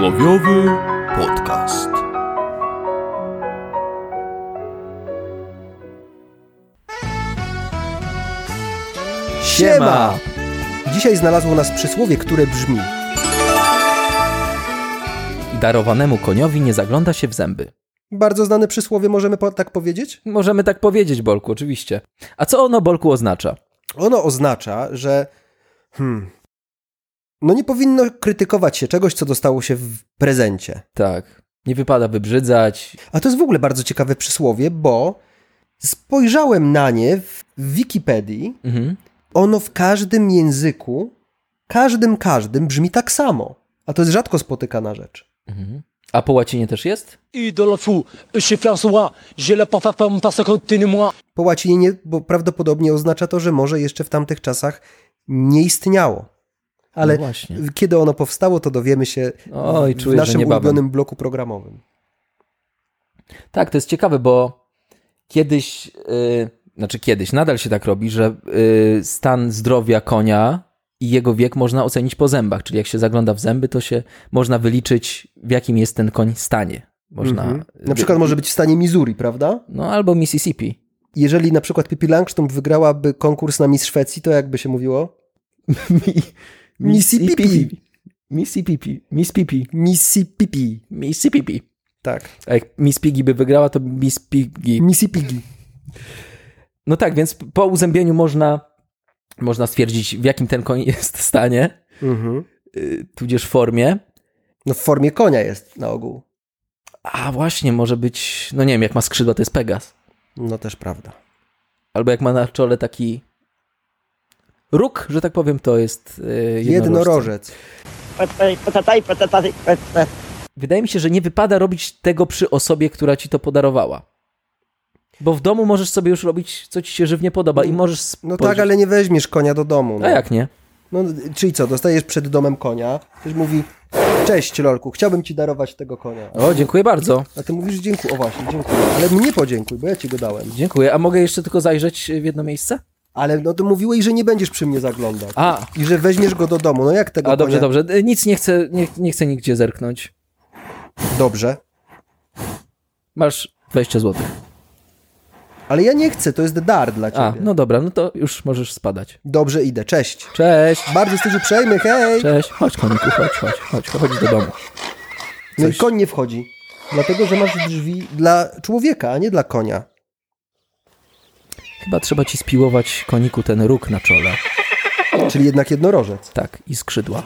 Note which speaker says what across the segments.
Speaker 1: Radiowy podcast.
Speaker 2: Siema! Dzisiaj znalazło nas przysłowie, które brzmi
Speaker 3: Darowanemu koniowi nie zagląda się w zęby.
Speaker 2: Bardzo znane przysłowie, możemy po- tak powiedzieć?
Speaker 3: Możemy tak powiedzieć, Bolku, oczywiście. A co ono, Bolku, oznacza?
Speaker 2: Ono oznacza, że hmm, no nie powinno krytykować się czegoś, co dostało się w prezencie.
Speaker 3: Tak, nie wypada wybrzydzać.
Speaker 2: A to jest w ogóle bardzo ciekawe przysłowie, bo spojrzałem na nie w Wikipedii.
Speaker 3: Mhm.
Speaker 2: Ono w każdym języku, każdym, każdym brzmi tak samo. A to jest rzadko spotykana rzecz.
Speaker 3: A po łacinie też jest?
Speaker 4: Idole fou, chez François, j'ai le parfum pour me passer côté de moi.
Speaker 2: Po łacinie, nie, bo prawdopodobnie oznacza to, że może jeszcze w tamtych czasach nie istniało. Ale
Speaker 3: No właśnie.
Speaker 2: kiedy ono powstało, to dowiemy się
Speaker 3: Oj,
Speaker 2: w
Speaker 3: czuję, że
Speaker 2: naszym
Speaker 3: niebawem.
Speaker 2: ulubionym bloku programowym.
Speaker 3: Tak, to jest ciekawe, bo kiedyś, yy, znaczy kiedyś, nadal się tak robi, że yy, stan zdrowia konia i jego wiek można ocenić po zębach. Czyli jak się zagląda w zęby, to się można wyliczyć, w jakim jest ten koń stanie. Można.
Speaker 2: Mhm. Na przykład może być w stanie Missouri, prawda?
Speaker 3: No albo Mississippi.
Speaker 2: Jeżeli na przykład Pippi Langsztump wygrałaby konkurs na Miss Szwecji, to jakby się mówiło?
Speaker 3: Mi,
Speaker 2: Mississippi.
Speaker 3: Mississippi. Mississippi. Mississippi.
Speaker 2: Mississippi.
Speaker 3: Mississippi.
Speaker 2: Tak.
Speaker 3: A jak Miss Piggy by wygrała, to Miss Piggy.
Speaker 2: Mississippi.
Speaker 3: No tak, więc po uzębieniu można, można stwierdzić, w jakim ten koń jest stanie,
Speaker 2: Mhm.
Speaker 3: yy, tudzież formie.
Speaker 2: No w formie konia jest na ogół.
Speaker 3: A właśnie, może być, no nie wiem, jak ma skrzydła, to jest Pegas.
Speaker 2: No też prawda.
Speaker 3: Albo jak ma na czole taki róg, że tak powiem, to jest yy, jednorożec.
Speaker 2: Jednorożec.
Speaker 3: Wydaje mi się, że nie wypada robić tego przy osobie, która ci to podarowała. Bo w domu możesz sobie już robić, co ci się żywnie podoba i możesz
Speaker 2: No
Speaker 3: spojrzeć.
Speaker 2: tak, ale nie weźmiesz konia do domu. No.
Speaker 3: A jak nie?
Speaker 2: No, czyli co, dostajesz przed domem konia, ktoś mówi, cześć Lolku, chciałbym ci darować tego konia.
Speaker 3: O, dziękuję bardzo.
Speaker 2: A ty mówisz, dziękuję, o właśnie, dziękuję. Ale mnie podziękuj, bo ja ci go dałem.
Speaker 3: Dziękuję. A mogę jeszcze tylko zajrzeć w jedno miejsce?
Speaker 2: Ale no to mówiłeś, że nie będziesz przy mnie zaglądał.
Speaker 3: A,
Speaker 2: I że weźmiesz go do domu. No jak tego
Speaker 3: a dobrze,
Speaker 2: konia...
Speaker 3: dobrze. E, Nic nie chcę, nie, nie chcę nigdzie zerknąć.
Speaker 2: Dobrze.
Speaker 3: Masz 20 zł.
Speaker 2: Ale ja nie chcę, to jest dar dla ciebie.
Speaker 3: A, no dobra, no to już możesz spadać.
Speaker 2: Dobrze, idę, cześć.
Speaker 3: Cześć.
Speaker 2: Bardzo jesteś uprzejmy, hej!
Speaker 3: Cześć. Chodź, koniku, chodź, chodź, chodź, chodź do domu.
Speaker 2: No i koń nie wchodzi. Dlatego, że masz drzwi dla człowieka, a nie dla konia.
Speaker 3: Chyba trzeba ci spiłować, koniku, ten róg na czole.
Speaker 2: Czyli jednak jednorożec.
Speaker 3: Tak, i skrzydła.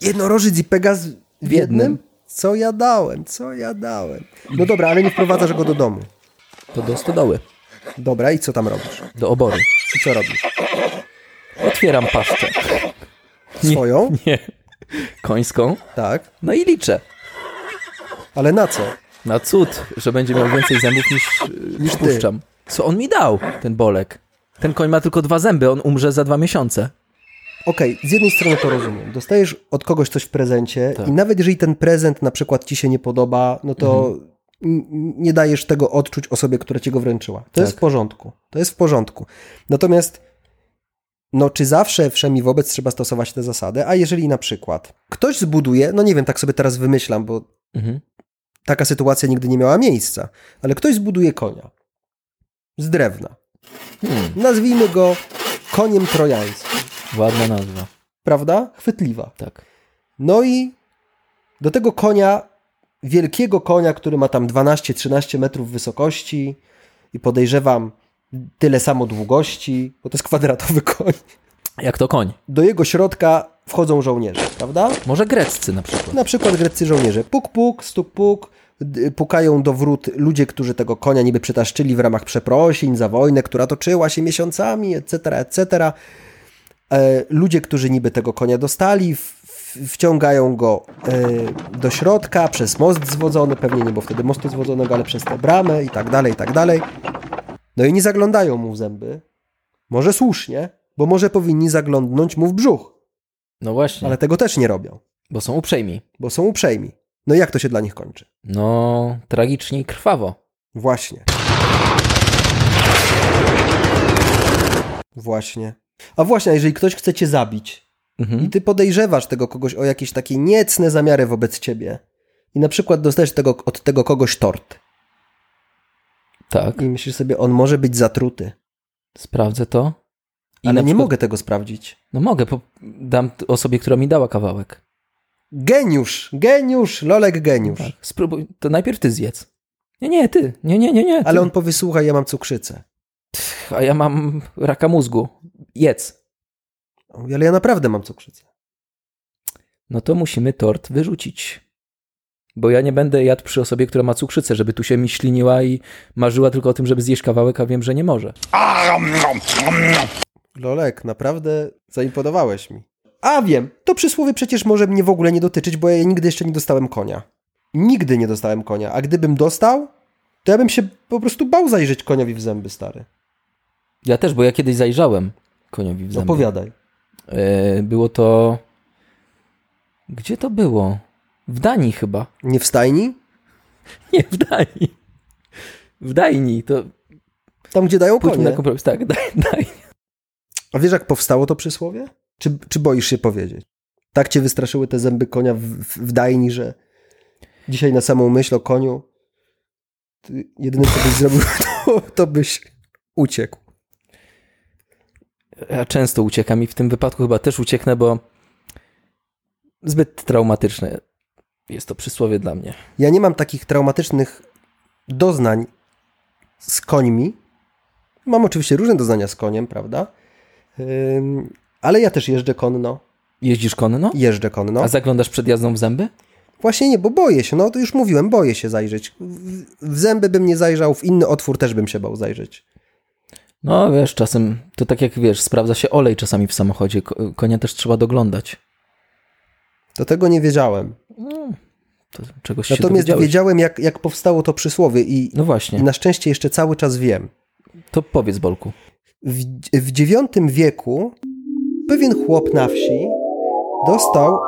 Speaker 2: Jednorożec i Pegas w jednym?
Speaker 3: jednym?
Speaker 2: Co ja dałem, co ja dałem. No dobra, ale nie wprowadzasz go do domu.
Speaker 3: To do stodoły,
Speaker 2: Dobra, i co tam robisz?
Speaker 3: do obory.
Speaker 2: I co robisz?
Speaker 3: Otwieram paszczę.
Speaker 2: Swoją?
Speaker 3: Nie. Końską.
Speaker 2: Tak.
Speaker 3: No i liczę.
Speaker 2: Ale na co?
Speaker 3: Na cud, że będzie miał więcej zębów niż, y,
Speaker 2: Niż ty.
Speaker 3: przypuszczam. Co on mi dał, ten bolek? Ten koń ma tylko dwa zęby, on umrze za dwa miesiące.
Speaker 2: Okej, z jednej strony to rozumiem. Dostajesz od kogoś coś w prezencie i nawet jeżeli ten prezent na przykład ci się nie podoba, no to n- n- nie dajesz tego odczuć osobie, która ci go wręczyła. To jest w porządku. To jest w porządku. Natomiast no czy zawsze wszemi wobec trzeba stosować tę zasadę, a jeżeli na przykład ktoś zbuduje, no nie wiem, tak sobie teraz wymyślam, bo
Speaker 3: Mhm.
Speaker 2: taka sytuacja nigdy nie miała miejsca, ale ktoś zbuduje konia z drewna.
Speaker 3: Hmm,
Speaker 2: Nazwijmy go koniem trojańskim,
Speaker 3: ładna nazwa.
Speaker 2: prawda? Chwytliwa.
Speaker 3: Tak.
Speaker 2: No i do tego konia, wielkiego konia, który ma tam 12-13 metrów wysokości i podejrzewam tyle samo długości, bo to jest kwadratowy koń,
Speaker 3: Jak to koń?
Speaker 2: do jego środka wchodzą żołnierze, prawda?
Speaker 3: Może greccy na przykład.
Speaker 2: Na przykład greccy żołnierze puk puk, stuk puk, d- pukają do wrót ludzie, którzy tego konia niby przetaszczyli w ramach przeprosin za wojnę, która toczyła się miesiącami, etc., etc. E, ludzie, którzy niby tego konia dostali, w, w, wciągają go e, do środka przez most zwodzony, pewnie nie było wtedy mostu zwodzonego, ale przez tę bramę i tak dalej, i tak dalej. No i nie zaglądają mu w zęby. Może słusznie, bo może powinni zaglądnąć mu w brzuch,
Speaker 3: No właśnie,
Speaker 2: ale tego też nie robią
Speaker 3: bo są uprzejmi.
Speaker 2: bo są uprzejmi. No i jak to się dla nich kończy?
Speaker 3: No, tragicznie i krwawo.
Speaker 2: Właśnie. Właśnie. A właśnie, a jeżeli ktoś chce cię zabić, I ty podejrzewasz tego kogoś o jakieś takie niecne zamiary wobec ciebie. I na przykład dostajesz tego, od tego kogoś tort.
Speaker 3: Tak,
Speaker 2: I myślisz sobie, on może być zatruty.
Speaker 3: sprawdzę to. I
Speaker 2: Ale
Speaker 3: na
Speaker 2: nie
Speaker 3: przykład-
Speaker 2: mogę tego sprawdzić.
Speaker 3: No mogę, po... dam t- osobie, która mi dała kawałek.
Speaker 2: Geniusz! Geniusz! Lolek geniusz.
Speaker 3: Tak. Spróbuj, to najpierw ty zjedz. Nie, nie, ty. Nie, nie, nie, nie. Ty.
Speaker 2: Ale on powie, słuchaj, ja mam cukrzycę.
Speaker 3: A ja mam raka mózgu. Jedz.
Speaker 2: On mówi, Ale ja naprawdę mam cukrzycę.
Speaker 3: No to musimy tort wyrzucić. Bo ja nie będę jadł przy osobie, która ma cukrzycę, żeby tu się mi śliniła i marzyła tylko o tym, żeby zjeść kawałek, a wiem, że nie może.
Speaker 2: Lolek, naprawdę zaimponowałeś mi. A wiem, to przysłowie przecież może mnie w ogóle nie dotyczyć, bo ja nigdy jeszcze nie dostałem konia. Nigdy nie dostałem konia, a gdybym dostał, to ja bym się po prostu bał zajrzeć koniowi w zęby, stary.
Speaker 3: Ja też, bo ja kiedyś zajrzałem koniowi w zęby.
Speaker 2: Opowiadaj.
Speaker 3: E, Było to... Gdzie to było? W Danii chyba.
Speaker 2: Nie w stajni?
Speaker 3: Nie, w Danii. W Danii. To
Speaker 2: Tam, gdzie dają
Speaker 3: pójdźmy na
Speaker 2: konie.
Speaker 3: kompromis. Tak, Daj- Danii.
Speaker 2: A wiesz, jak powstało to przysłowie? Czy, czy boisz się powiedzieć? Tak cię wystraszyły te zęby konia w, w, w dajni, że dzisiaj na samą myśl o koniu ty jedyne, co byś zrobił, to, to byś uciekł.
Speaker 3: Ja często uciekam i w tym wypadku chyba też ucieknę, bo zbyt traumatyczne jest to przysłowie dla mnie.
Speaker 2: Ja nie mam takich traumatycznych doznań z końmi. Mam oczywiście różne doznania z koniem, prawda? Ym, ale ja też jeżdżę konno.
Speaker 3: Jeździsz konno?
Speaker 2: Jeżdżę konno.
Speaker 3: A zaglądasz przed jazdą w zęby?
Speaker 2: Właśnie nie, bo boję się. No to już mówiłem, boję się zajrzeć. W, w zęby bym nie zajrzał, w inny otwór też bym się bał zajrzeć.
Speaker 3: No wiesz, czasem to tak jak wiesz, sprawdza się olej czasami w samochodzie. ko- Konia też trzeba doglądać.
Speaker 2: Do tego nie wiedziałem.
Speaker 3: No To czegoś
Speaker 2: Natomiast
Speaker 3: się dowiedziałeś.
Speaker 2: wiedziałem, jak, jak powstało to przysłowie i,
Speaker 3: No
Speaker 2: i
Speaker 3: właśnie,
Speaker 2: na szczęście jeszcze cały czas wiem.
Speaker 3: to powiedz Bolku.
Speaker 2: W, w IX wieku pewien chłop na wsi dostał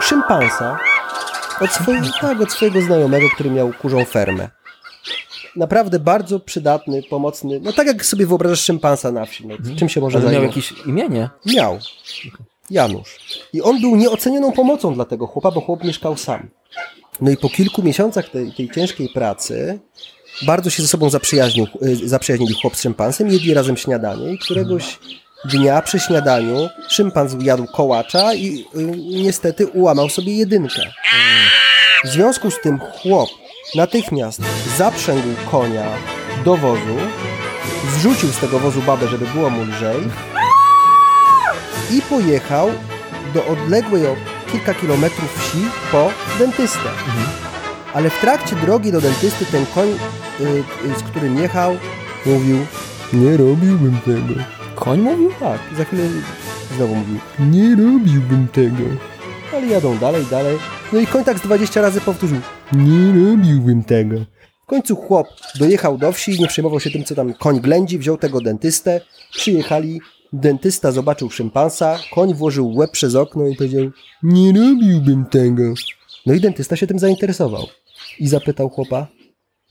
Speaker 2: szympansa od swojego, tak, od swojego znajomego, który miał kurzą fermę. Naprawdę bardzo przydatny, pomocny. No tak jak sobie wyobrażasz szympansa na wsi. No, Czym się może
Speaker 3: Może miał
Speaker 2: zająć?
Speaker 3: jakieś imienie?
Speaker 2: Miał. Janusz. I on był nieocenioną pomocą dla tego chłopa, bo chłop mieszkał sam. No i po kilku miesiącach tej, tej ciężkiej pracy bardzo się ze sobą zaprzyjaźnił, y, zaprzyjaźnili chłop z szympansem, jedli razem śniadanie i któregoś dnia przy śniadaniu szympans jadł kołacza i y, niestety ułamał sobie jedynkę. W związku z tym chłop natychmiast zaprzęgł konia do wozu, zrzucił z tego wozu babę, żeby było mu lżej i pojechał do odległej o kilka kilometrów wsi po dentystę. Ale w trakcie drogi do dentysty ten koń, y, y, z którym jechał, mówił Nie robiłbym tego.
Speaker 3: Koń mówił?
Speaker 2: Tak, za chwilę znowu mówił
Speaker 5: Nie robiłbym tego.
Speaker 2: Ale jadą dalej, dalej. No i koń tak z 20 razy powtórzył
Speaker 5: Nie robiłbym tego.
Speaker 2: W końcu chłop dojechał do wsi, nie przejmował się tym, co tam koń ględzi, wziął tego dentystę, przyjechali, dentysta zobaczył szympansa, koń włożył łeb przez okno i powiedział
Speaker 5: Nie robiłbym tego.
Speaker 2: No i dentysta się tym zainteresował i zapytał chłopa,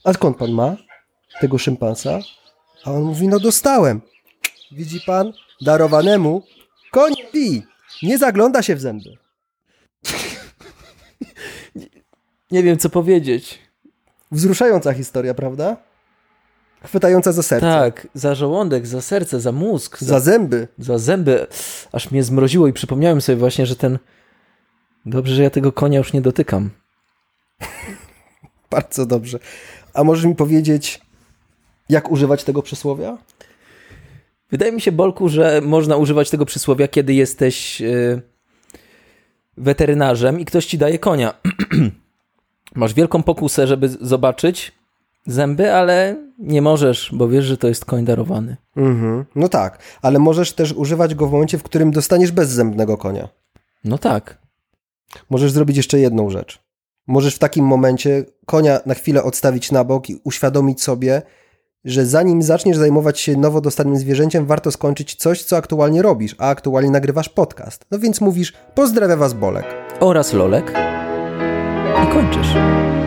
Speaker 2: a skąd pan ma tego szympansa? A on mówi, no dostałem. Widzi pan, darowanemu koń pi, nie zagląda się w zęby.
Speaker 3: Nie wiem co powiedzieć.
Speaker 2: Wzruszająca historia, prawda? Chwytająca za serce,
Speaker 3: Tak, za żołądek, za serce, za mózg,
Speaker 2: za zęby.
Speaker 3: za zęby, aż mnie zmroziło i przypomniałem sobie właśnie, że ten. Dobrze, że ja tego konia już nie dotykam.
Speaker 2: Bardzo dobrze. A możesz mi powiedzieć, jak używać tego przysłowia?
Speaker 3: Wydaje mi się, Bolku, że można używać tego przysłowia, kiedy jesteś yy, weterynarzem i ktoś ci daje konia. Masz wielką pokusę, żeby z- zobaczyć zęby, ale nie możesz, bo wiesz, że to jest koń darowany.
Speaker 2: Mhm. No tak, ale możesz też używać go w momencie, w którym dostaniesz bezzębnego konia.
Speaker 3: No tak.
Speaker 2: Możesz zrobić jeszcze jedną rzecz. Możesz w takim momencie konia na chwilę odstawić na bok i uświadomić sobie, że zanim zaczniesz zajmować się nowo dostanym zwierzęciem, warto skończyć coś, co aktualnie robisz, a aktualnie nagrywasz podcast. No więc mówisz, pozdrawiam was Bolek.
Speaker 3: Oraz lolek. I kończysz.